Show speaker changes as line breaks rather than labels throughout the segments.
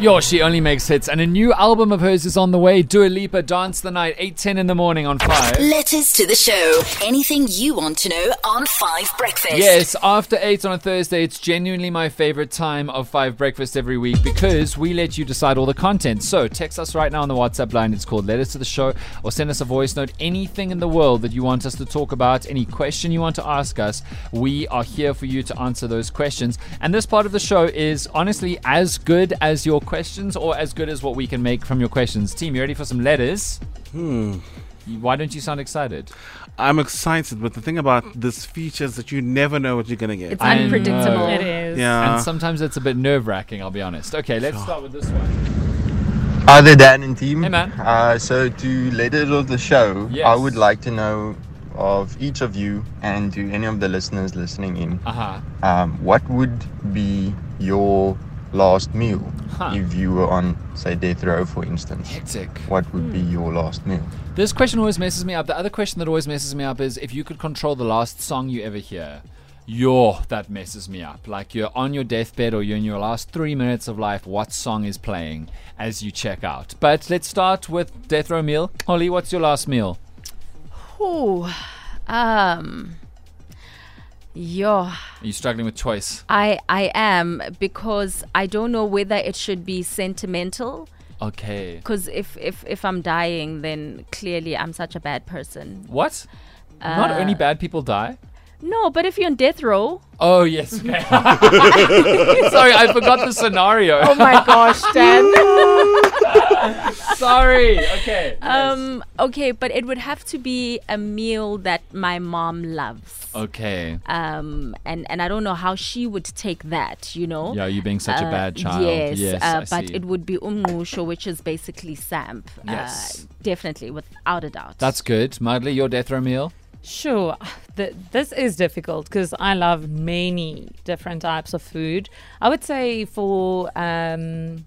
Yo, she only makes hits, and a new album of hers is on the way. Dua Lipa, Dance the Night, 8.10 in the morning on 5.
Letters to the show. Anything you want to know on Five Breakfast.
Yes, after 8 on a Thursday, it's genuinely my favorite time of 5 Breakfast every week because we let you decide all the content. So text us right now on the WhatsApp line. It's called Letters to the Show, or send us a voice note. Anything in the world that you want us to talk about, any question you want to ask us, we are here for you to answer those questions. And this part of the show is honestly as good as your questions or as good as what we can make from your questions. Team, you ready for some letters? Hmm. Why don't you sound excited?
I'm excited, but the thing about this feature is that you never know what you're gonna get.
It's
I know.
unpredictable.
It is.
yeah.
Uh,
and sometimes it's a bit nerve wracking, I'll be honest. Okay, let's start with this one.
Hi there, Dan and team.
Hey, man.
Uh, so, to letters of the show,
Yes.
I would like to know of each of you and to any of the listeners listening in,
Uh huh.
um, what would be your last meal
Huh.
if you were on, say, death row, for instance?
Hectic.
What would
Hmm.
be your last meal?
This question always messes me up. The other question that always messes me up is if you could control the last song you ever hear. Yo, that messes me up. Like you're on your deathbed or you're in your last three minutes of life, what song is playing as you check out? But let's start with Death Row Meal. Holly, what's your last meal?
Ooh, um, yeah,
Are you struggling with choice?
I I am because I don't know whether it should be sentimental.
Okay.
Because if if if I'm dying, then clearly I'm such a bad person.
What? Not only bad people die.
No, but if you're on death row,
Oh, yes. Okay. Sorry, I forgot the scenario.
Oh my gosh, Dan.
Sorry. Okay.
um, okay, but it would have to be a meal that my mom loves.
okay.
uh,
um, and and I don't know how she would take that, you know.
Yeah, you being such a
Uh,
bad child.
Yes,
Yes, I
uh, but
see.
it would be umngusho, which is basically samp.
Yes.
uh, definitely, without a doubt.
That's good. Madly, your death row meal?
Sure. Th- this is difficult because I love many different types of food. I would say for um,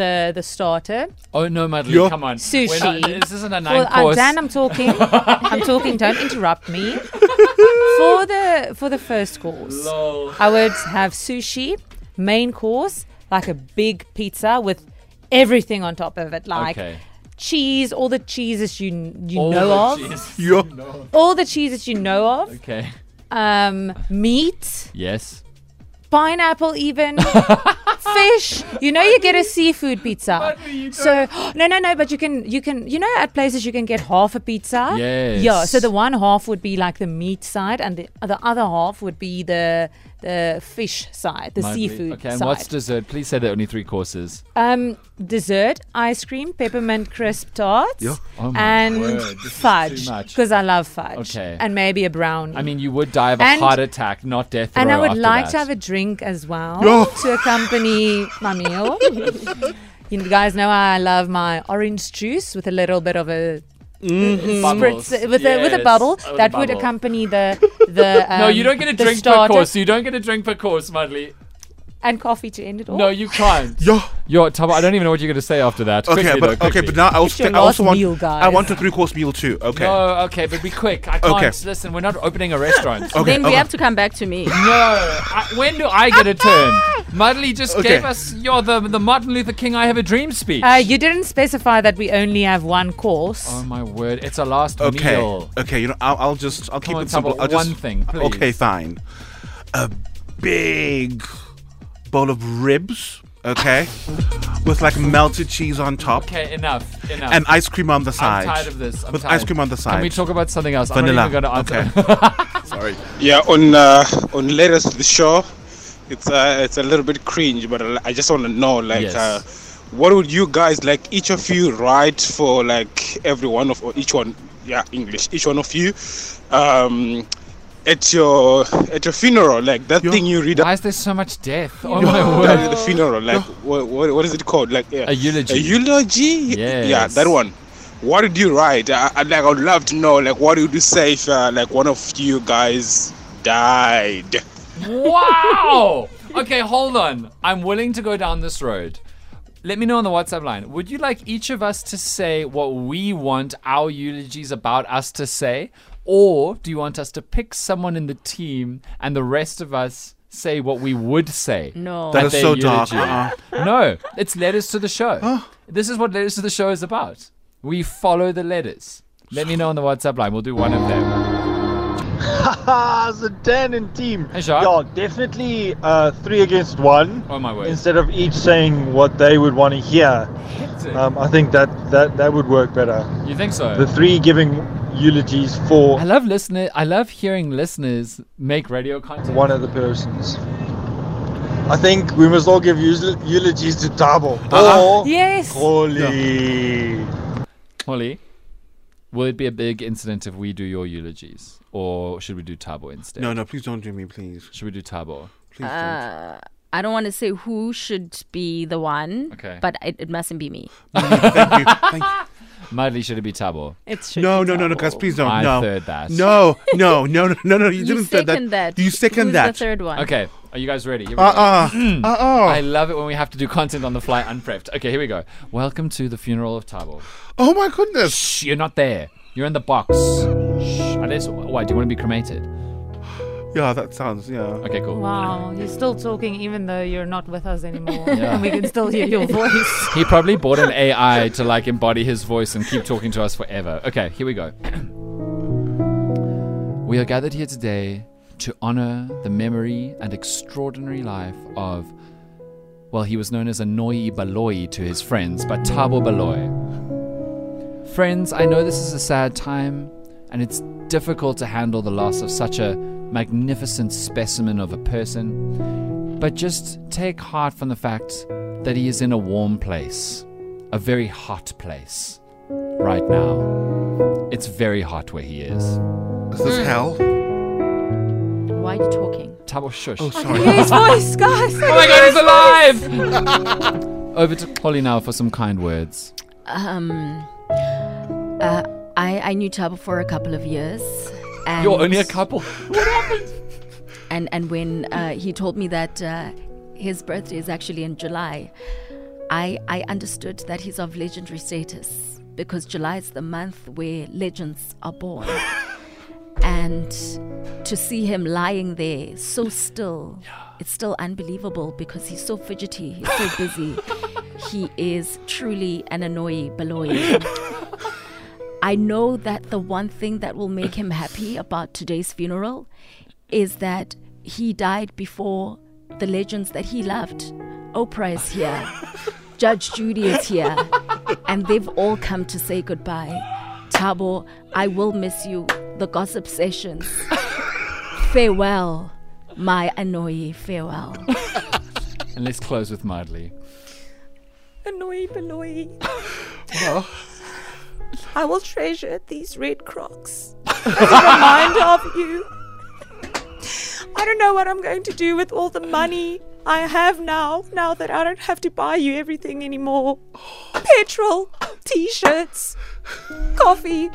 the the starter,
Oh no, Madly,
Your-
come on.
Sushi.
We're not- this isn't a nine
well, uh,
course.
Dan, I'm talking. I'm talking. Don't interrupt me. For the for the first course, I would have sushi. Main course, like a big pizza with everything on top of it, like
Okay.
cheese, all the cheeses you you
All
know
the
of,
cheese.
Your-
all the cheeses you know of,
Okay.
um, meat,
Yes.
pineapple, even. Fish, you know you get a seafood pizza. So no, no, no. But you can, you can, you know, at places you can get half a pizza. Yeah.
Yes.
So the one half would be like the meat side, and the the other half would be the the fish side, the
Madly.
seafood
Okay, and
side.
what's dessert? Please say there are only three courses.
um, dessert, ice cream, peppermint crisp tarts,
Yeah.
Oh my
and
word, this is
fudge
too much.
because I love fudge.
Okay.
And maybe a brownie.
I mean, you would die of a
Um, And-
heart attack, not death
and I
row
would
after
like to
that.
have a drink as well
Yeah.
to accompany my meal. you guys know I love my orange juice with a little bit of a
Mm. Bubbles.
spritz with a with a
Yes,
bubble
with a
that would
bubble.
accompany the the um,
No, you don't get a
the
drink per
starter
course. You don't get a drink per course, Madly.
and coffee to end it all.
No, you can't.
Yo.
Yo, Tabo, I don't even know what you're going to say after that.
Okay,
Quickly,
but
though,
okay,
quickly.
but now I also,
your
think- I also
last
want.
meal, guys.
I want a three-course meal too. Okay.
Oh, okay, but be quick. I can't.
Okay. Oh.
Listen, we're not opening a restaurant.
Okay.
then we
okay.
have to come back to me.
No, I, when do I get a turn? Mudley just
Okay.
gave us your the the Martin Luther King I Have a Dream speech.
Uh, you didn't specify that we only have one course.
oh my word, it's a last
Okay.
meal.
Okay. You know, I'll, I'll just I'll keep
on,
it simple.
Thabo,
I'll just,
one thing, please.
Okay, fine. A big bowl of ribs. Okay, with like melted cheese on top
Okay, enough, enough.
and ice cream on the
I'm
side.
tired of this. I'm
with
tired.
ice cream on the side.
Can we talk about something else?
Vanilla.
I'm not even going to answer.
okay. Sorry.
Yeah, on uh, on letters to the show, it's uh, it's a little bit cringe, but I just want to know like
Yes.
uh, what would you guys like each of you write for like every one of or each one yeah English each one of you um, at your at your funeral like that
Yeah.
thing you read
Why
out
is there so much death? Oh my word.
at the funeral like what, what, what is it called like yeah.
A eulogy.
a eulogy yeah
Yes.
that one. What did you write? I, I like I would love to know like what would you say if uh, like one of you guys died.
Wow. Okay, hold on. I'm willing to go down this road. Let me know on the WhatsApp line. Would you like each of us to say what we want our eulogies about us to say? Or do you want us to pick someone in the team and the rest of us say what we would say.
No.
That
at
is
their
so dark.
eulogy.
Uh-uh.
No, it's letters to the show. This is what letters to the show is about. We follow the letters. Let me know on the WhatsApp line. We'll do one of them.
As a 10 in team.
Hey, Jacques.
Yeah, definitely uh, three against one.
Oh my word.
Instead of each saying what they would want to hear, um, I think that, that that would work better.
You think
The
so?
three giving eulogies for
I love listener. I love hearing listeners make radio content.
one of the persons. I think we must all give eul- eulogies to Tabo.
Uh-huh.
Or
Yes.
Holy.
Holly, will it be a big incident if we do your eulogies, or should we do Tabo instead?
No, no, please don't do me, please.
Should we do Tabo?
Please
Uh. I don't want to say who should be the one,
Okay.
but it, it mustn't be me.
don't. Thank you. Thank you.
Madly, should it be Tabo?
It should
No,
be
no, no, no,
double.
guys, please don't.
I
Eh, no.
third that.
No, no, no, no, no, no. You,
You
didn't third
second that.
You second
Who's
that.
the third one?
Okay, are you guys ready? Here we go.
Uh uh. Uh
Hmm. I
uh.
love it when we have to do content on the fly unprepped. Okay, here we go. Welcome to the funeral of Tabo.
Oh my goodness.
Shh, you're not there. You're in the box. Shh. Unless, why? Do you want to be cremated?
Yeah, that sounds, yeah.
Okay, cool.
Wow, you're still talking even though you're not with us anymore.
Yeah.
And we can still hear your voice.
He probably bought an AI to like embody his voice and keep talking to us forever. Okay, here we go. we are gathered here today to honor the memory and extraordinary life of, well, he was known as Anoi Baloi to his friends, but Tabo Baloi. Friends, I know this is a sad time, and it's difficult to handle the loss of such a magnificent specimen of a person but just take heart from the fact that he is in a warm place, a very hot place right now. It's very hot where he is.
Is this hell?
Why are you talking?
Tabo shush.
Oh,
Oh,
sorry.
his voice, guys.
my god, he's alive! Over to Holly now for some kind words.
Um, uh, I I knew Tabo for a couple of years. And
You're only a couple.
and and when uh, he told me that uh, his birthday is actually in July, I I understood that he's of legendary status because July is the month where legends are born. and to see him lying there so still, it's still unbelievable because he's so fidgety, he's so busy. he is truly an annoy beloy. I know that the one thing that will make him happy about today's funeral is that he died before the legends that he loved. Oprah is here, Judge Judy is here, and they've all come to say goodbye. Tabo, I will miss you. The gossip sessions. farewell, my annoyee, farewell.
And let's close with Mildly.
Annoy Beloy. I will treasure these red crocs as a reminder of you. I don't know what I'm going to do with all the money I have now, now that I don't have to buy you everything anymore. Petrol, t shirts, coffee.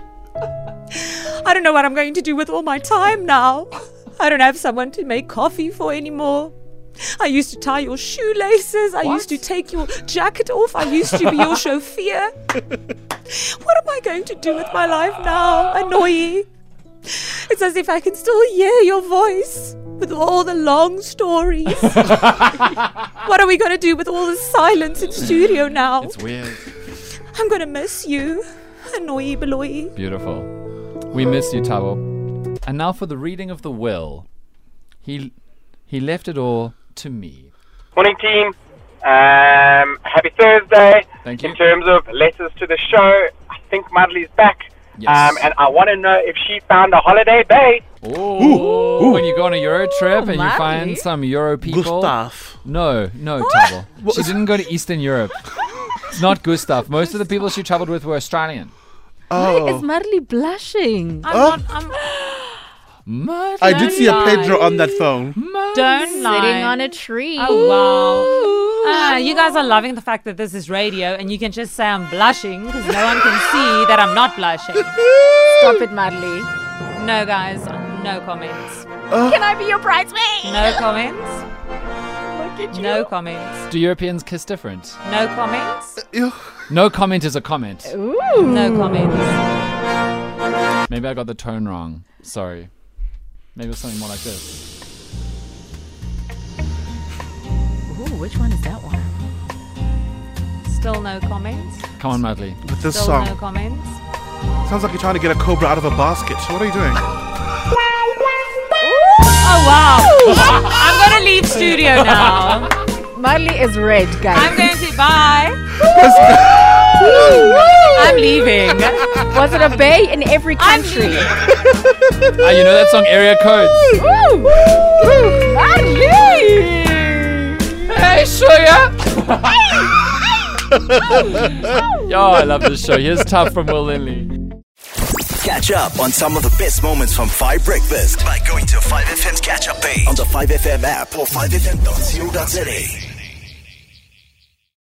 I don't know what I'm going to do with all my time now. I don't have someone to make coffee for anymore. I used to tie your shoelaces. I used to take your jacket off. I used to be your chauffeur. What am I going to do with my life now? Annoy. It's as if I can still hear your voice with all the long stories. what are we going to do with all the silence in studio now?
It's weird.
I'm going to miss you. Annoy, beloy.
Beautiful. We miss you, Tabo. And now for the reading of the will. He he left it all to me.
Morning, team. Um, happy Thursday.
Thank you.
In terms of letters to the show, I think Mudley's back.
Yes.
Um, and I want to know if she found a holiday bay.
Oh, when you go on a Euro
Oh,
trip and you
Mildly.
find some Euro people.
Gustav.
No, no, Tabo. She didn't go to Eastern Europe. It's not Gustav. Most of the people she traveled with were Australian.
Why is Marley blushing?
I'm not, I'm,
I did see a Pedro on that phone.
don't lie.
Sitting on a tree.
Oh wow! Ah, you guys are loving the fact that this is radio, and you can just say I'm blushing because no one can see that I'm not blushing.
Stop it, Marley.
No, guys, no comments.
Uh.
Can I be your bridesmaid?
No comments. No comments.
Do Europeans kiss different?
No comments.
Ew.
No comment is a comment.
No comments.
Maybe I got the tone wrong. Sorry. Maybe it was something more like this.
Ooh, which one is that one?
Still no comments.
Come on, Madly.
With this
Still
song.
no comments.
Sounds like you're trying to get a cobra out of a basket. So what are you doing?
Oh wow! I'm gonna leave studio now.
Marley is red, guys.
I'm going to bye.
I'm
leaving.
Was it a bay in every country?
Ah, you know that song, Area Codes.
Woo! Woo! Marley!
Hey, Yo, I love this show. Here's Tough from Will Lindley.
Catch up on some of the best moments from 5 Breakfast by going to 5FM's catch up page on the 5FM app or 5FM.co.za.